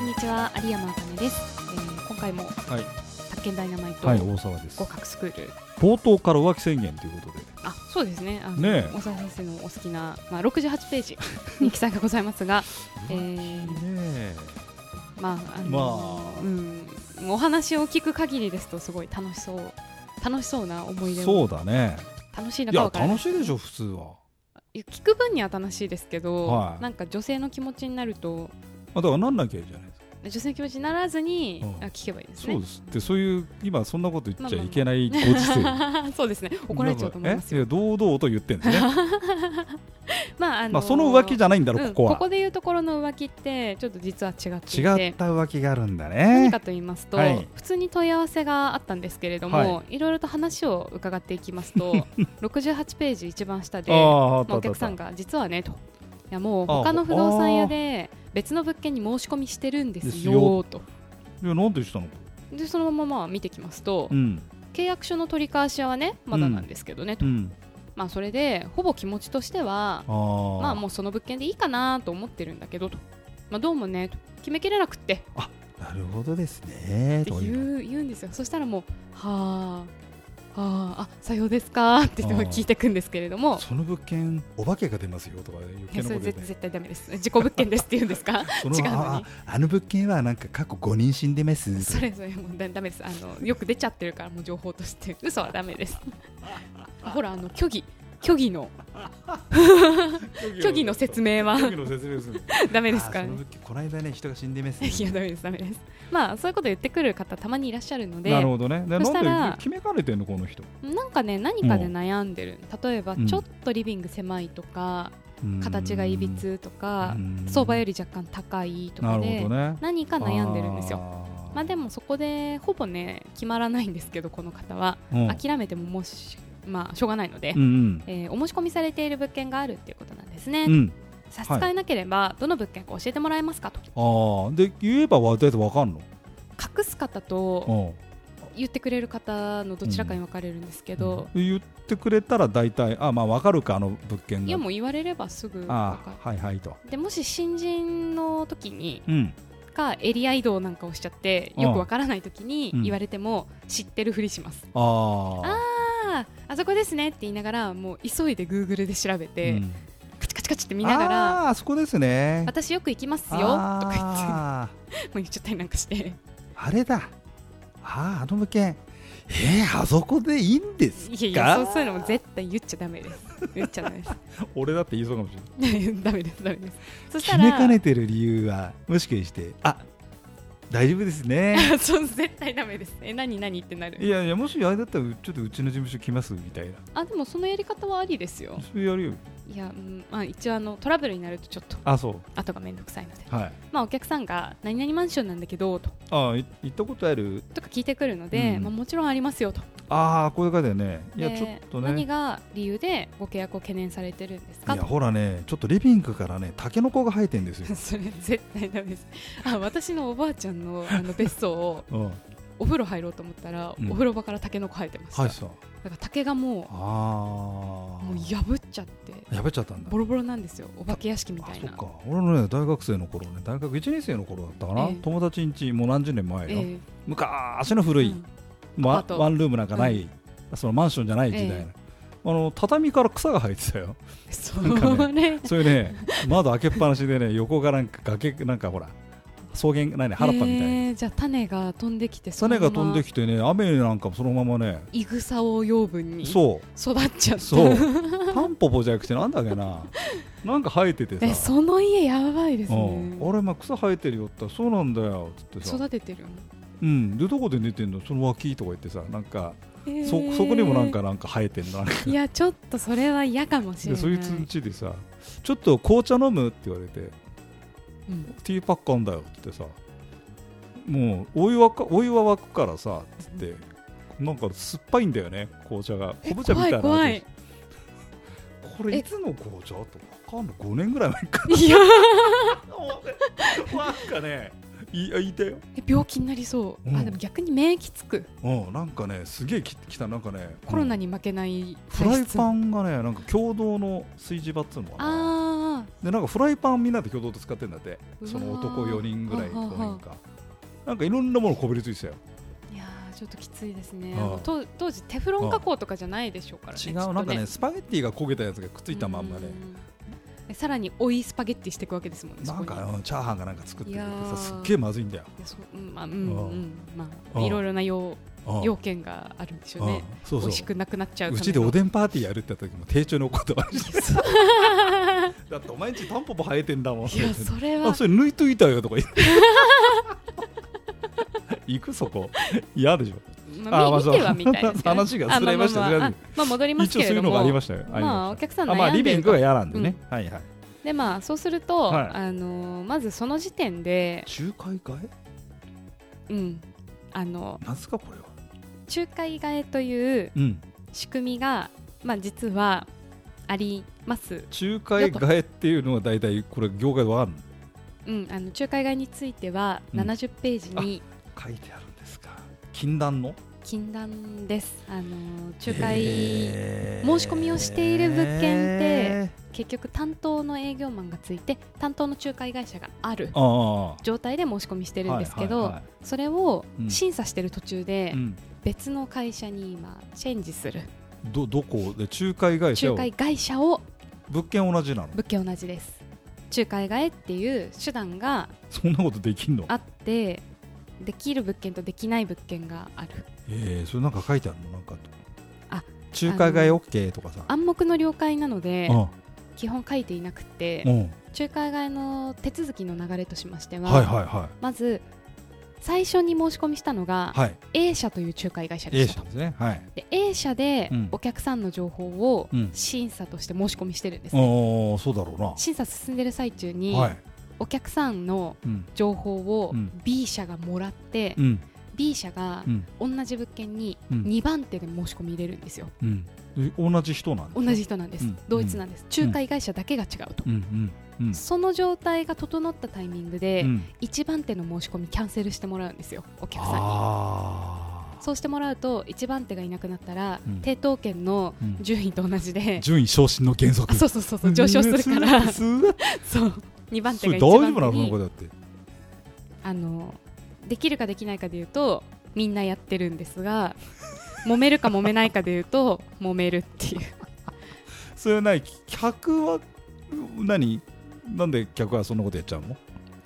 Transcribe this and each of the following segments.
桐山茜です、えー今回もはい、宅建ダイナマイトはい、大沢です合。格スクール、冒頭から浮気宣言ということで。あそうですねあのねえ大沢先生のお好きな、まあ、68ページに記載がございます がえーねまああの、まうあん、お話を聞く限りですとすごい楽しそう楽しそうな思い出そをうだね。楽しいないかや分、からない楽しいでしょ、普通は。いや聞く分には楽しいですけど、はいなんか女性の気持ちになるとあ、だから、なんなきゃいいじゃないですか。女性の気持ちにならずに、うんあ聞けばいいですそうねです。で、そういう、今、そんなこと言っちゃいけないごまあ時世。そうですね怒られちゃうと思いますよよ。えいや堂々と言って んですね。まあ、あのまあ、その浮気じゃないんだろうう、んここは。でいうところの浮気ってちょっと実は違っていて違った浮気があるんだ何ねか。と言いますと、はい普通に問い合わせがあったんですけれども、、はいろいろと話を伺っていきますと 68ページ一番下でああ、あったまああおったあ客っさたん。が実はねといやもうあ他の不動産屋で別の物件に申し込みしてるんですよですよといや、なんでしたの。でそのまままあ見てきますと、うん、契約書の取り返し屋はねまだなんですけどね、うとん、まあそれでほぼ気持ちとしてはああ。まあもうその物件でいいかなと思ってるんだけどと、まあ、どうもねと決めきれなくってっなるほどですね。てという言う言うんですよそしたらもうはあはああさようですかって言ってあー聞いていくんですけれどもその物件、お化けが出ますよとか、余い計やそなこれと言ぜって。絶対ダメです自己物件ですって言うん ですかその違うのにあああの物件はなんか過去5人死んでますとかそれそれもうダダメですあのよく出ちゃってるからもう情報として嘘はダメです ほらあの虚偽虚偽の虚偽の説明は虚偽の説明する ダメですからあーそのね物件この間ね人が死んでますいやダメですダメですまあそういうこと言ってくる方たまにいらっしゃるのでなるほどねでそしたらなんで決めかれてんのこの人、なんかね何かで悩んでる、例えばうんちょっとリビング狭いとか、形がいびつとか、うん相場より若干高いとなかるで、ほどね何か悩んでるんですよあーまあでもそこでほぼね決まらないんですけどこの方は、うん諦めてももうしまあしょうがないので、うんうんえーお申し込みされている物件があるっていうことなんですね、うん差し支えなければどの物件か教えてもらえますかとあーで言えばわだいたいわかんの隠す方とうん言ってくれる方のどちらかに分かれるんですけど、で言ってくれたら大体あまあわかるかあの物件がいやもう言われればすぐ分かあるーはいはいとでもし新人の時にうんかエリア移動なんかをしちゃってよくわからない時にうん言われても知ってるふりします、あーあああそこですねって言いながらもう急いでグーグルで調べて、うんカチカチカチって見ながらあーあそこですね私よく行きますよとか言ってもあう言っちゃったりなんかしてーあれだあーあの物件えー、あそこでいいんですいやいやそうそういうのも絶対言っちゃダメです言っちゃダメです 俺だって言いそうかもしれないダメですダメですそし決ためらかねてる理由はもしかしてあ大丈夫で すね そう絶対ダメですえ何何ってないるやいやもしあれだったらちょっとうちの事務所来ますみたいなあでもそのやり方はありですよそれやるよいや、うんまあ、一応あのトラブルになるとちょっとあそう後がめんどくさいのではいまあ、お客さんが何々マンションなんだけどとあい行ったことあるとか聞いてくるので、うんまあ、もちろんありますよとああこういう感じだよねいやでちょっと何ねが理由でご契約を懸念されてるんですいかやとほらねちょっとリビングからねタケノコが生えてんですよ それ絶対ダメですあ私のおばあちゃんのあの別荘をうんお風呂入ろうと思ったら、うんお風呂場からタケノコ生えてました、はいだかさら竹がもあうあもう破っちゃってやべっちゃったんだボロボロなんですよお化け屋敷みあたいそっなか俺のね大学生の頃ね大学1年生の頃だったかな、ええ友達ん家もう何十年前よ、え昔のえ古い、うんアパまー、トワンルームなんかない、そのマンションじゃない時代の、えあの畳から草が生えてた よそなんかれそれね窓開けっぱなしでね横がなんか崖なんかほら草原ないね原っぱみたいな、ええじゃあ種が飛んできてその種ままが飛んできてね雨なんかもそのままねいぐさを養分に育っそうちゃった そうタンポポじゃなくてなんだっけななんか生えててさえその家やばいですうん、ねあれ、まあ、草生えてるよって言ったらそうなんだよっつってさ育ててるよ、うん、でどこで寝てんのその脇とか言ってさなんか、えーそそこにもなんかなんか生えてんのなんかいやちょっとそれは嫌かもしれでないそいつん家でさ「ちょっと紅茶飲む?」って言われて うん「ティーパックあんだよ」ってさもうお湯はかお湯は沸くからさっつってなんか酸っぱいんだよね紅茶が昆布茶み怖たいない怖いこれえいつの紅茶とわかんない5年ぐ らい前かいやなんかねいあいたよ、え病気になりそう、うあんでも逆に免疫つくうん、なんかねすげえききたなんかねコロナにに負けないフラインパンがねなんか共同の炊事場っつうのかなあでなんかフライパンみんなで共同で使ってんだってうわーその男4人ぐらいはあはあ5人かなんかいろんなものこびりついてたよいやーちょっときついですねあああのと当時テフロン加工とかじゃないでしょうからね違うきっとなんかね スパゲッティが焦げたやつがくっついたまんまでうんでさらに追いスパゲッティしていくわけですもんねなんそこかにうんチャーハンがなんか作ってくれていやさーすっげえまずいんだよいやそううんまあうんうんうんまあああいろいろな要うん要件があるんでしょうねうんそう美そう味しくなくなっちゃうためうのちでおでんパーティーやるって言った時も丁重にお断りして だってお前んちタンポポ生えてんだもんいやそれあはそれ抜いといたよとか言 って行くそこ嫌でしょまああまあ見そうてはみたいですよね話がずれましたあずれあまあしまあ戻ります一応けそうれどいうのもがありましたよありまあおまし客さたんあまあ悩リんビでンるグとが嫌なんでね、はいはいでまあそうするとはいあのーまずその時点で仲介替えうんあのなんすかこれは仲介替えといううん仕組みがまあ実はあります仲介替えっていうのは大体これ業界はあるのうん、あの仲介外についてはうん70ページに書いてあるんですか禁断の禁断です、あの仲介えー申し込みをしている物件って結局担当の営業マンがついて担当の仲介会社があるああ状態で申し込みしてるんですけど、はいはいはそれをうん審査してる途中でいうん別の会社に今チェンジするどどこで仲介会社仲を介会社を物件同じなの物件同じです仲介替えっていう手段がそんなことできんのあってできる物件とできない物件があるえー、それなんか書いてあるのなんかあ仲介外 OK とかさ暗黙の了解なのでうん基本書いていなくてうん仲介替えの手続きの流れとしましては、はいはいはまず最初に申し込みしたのがいはい A 社という仲介会社で A した社とですねはいで A 社でうんお客さんの情報をうん審査として申し込みしてるんですね、おーそうだろうな審査進んでる最中に、はいお客さんのうん情報をうん B 社がもらって、うん B 社がうん同じ物件にうん2番手で申し込み入れるんですようんえ同じ人なんだ同じ人なんです、うん同一なんです仲介会社だけが違うと、うんうんうんその状態が整ったタイミングで、うん1番手の申し込みキャンセルしてもらうんですよお客さんにああそうしてもらうと1番手がいなくなったら、うん抵当権のうん順位と同じで、順位昇進の原則あそうそうそうそう上昇するからうん すごいそう2番そ手がれ1大丈番手夫なのこのに子だってあのできるかできないかでいうとみんなやってるんですが揉めるか揉めないかでいうと揉めるっていうそれはない客は何なんで客はそんなことやっちゃうの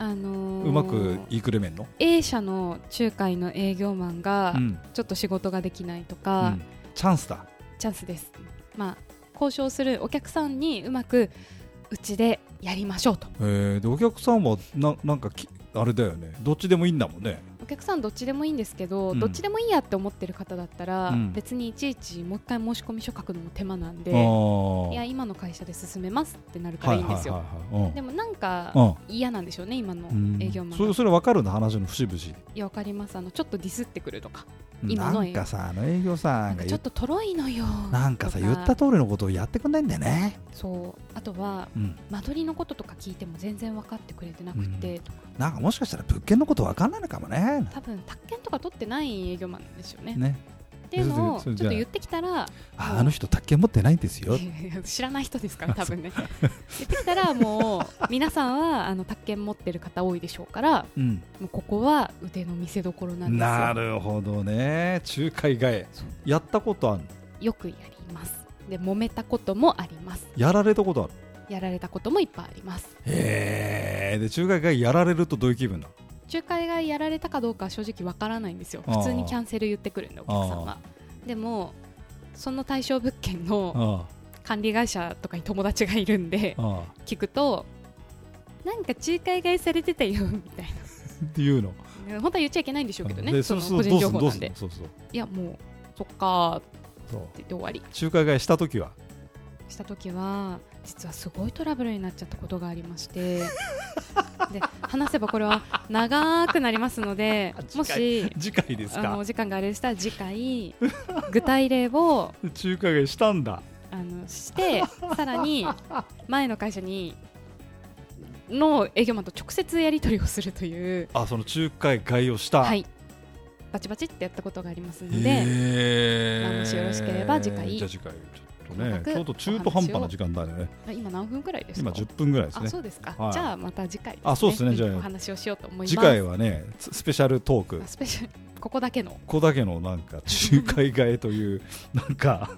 あのーうまく言いくるめんの A 社の仲介の営業マンがうんちょっと仕事ができないとうか、んチャンスだチャンスです、まあ、交渉するお客さんにうまくうちでやりましょうとえー、でお客さんはななんかきあれだよねどっちでもいいんだもんねお客さんどっちでもいいんですけど、うんどっちでもいいやって思ってる方だったら、うん別にいちいちもう一回申し込み書書くのも手間なんあで、いやー今の会社で進めますってなるかはらいいいはんいはいですよ、はいでもなんかうん嫌なんでしょうね今のうん営業マンが、それそれ分かるの話の節々いやわかりますあのちょっとディスってくるとかな今の営ん業かさあの営業さなんんがかちょっととろいのよなんかさ言った通りのことをやってくんないんだよね、そうあとはうん、間取りのこととか聞いても全然分かってくれてなくて、とかなんかもしかしたら物件のこと分かんないのかもね多分宅建とか取ってない営業マンなんですよねねっていうのをそちょっとれでそれじゃあ言ってきたらああの人宅建持ってないんですよ 知らない人ですから多分ね言ってきたらもう皆さんはあの宅建持ってる方多いでしょうからうんもうここは腕の見せ所なんですよなるほどね仲介替えそうやったことあるよくやりますで揉めたこともありますやられたことあるやられたこともいっぱいありますへえで仲介替えやられるとどういう気分なの仲介がやられたかどうかは正直わからないんですよあー普通にキャンセル言ってくるんでお客さんはでもその対象物件のあ管理会社とかに友達がいるんであああ聞くとなんか仲介買いされてたよみたいっていうのな本当は言っちゃいけないんでしょうけどでねそのそう個そう人情報どうなすんんのでそうそういやもうそっかーってそう言って終わり仲介替えした時はした時は実はすごいトラブルになっちゃったことがありましてで話せばこれは長くなりますの でもし次回ですあのかお仲時間があれでしたら次回具体例を介替えしたんだあの してさらに前の会社にの営業マンと直接やり取りをするという、あその仲介替えをしたはい、バチバチってやったことがありますので、へえまあもしよろしければ次回じゃあ次回ちょっとね細かくちょうど中途半端な時間だよねあ今何分くらいですか今10分ぐらいですあねそうですか、はいじゃあまた次回です、ね、あそうですねんじゃあお話をしようと思います次回はねススペシャルトークあスペシャルここだけのここだけのなんか仲介替えという なんか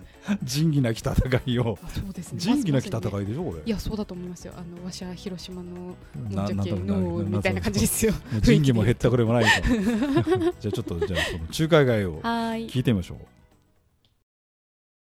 仁義なき戦いをあそうですね仁義なきまずまずね戦いでしょこいれやそうだと思いますよあのわしは広島ののなんなんじだゃろけうんなのみたいな感じですよ もう仁義も減ったくれもないとじゃあちょっとじゃあその仲介替えをはーい聞いてみましょう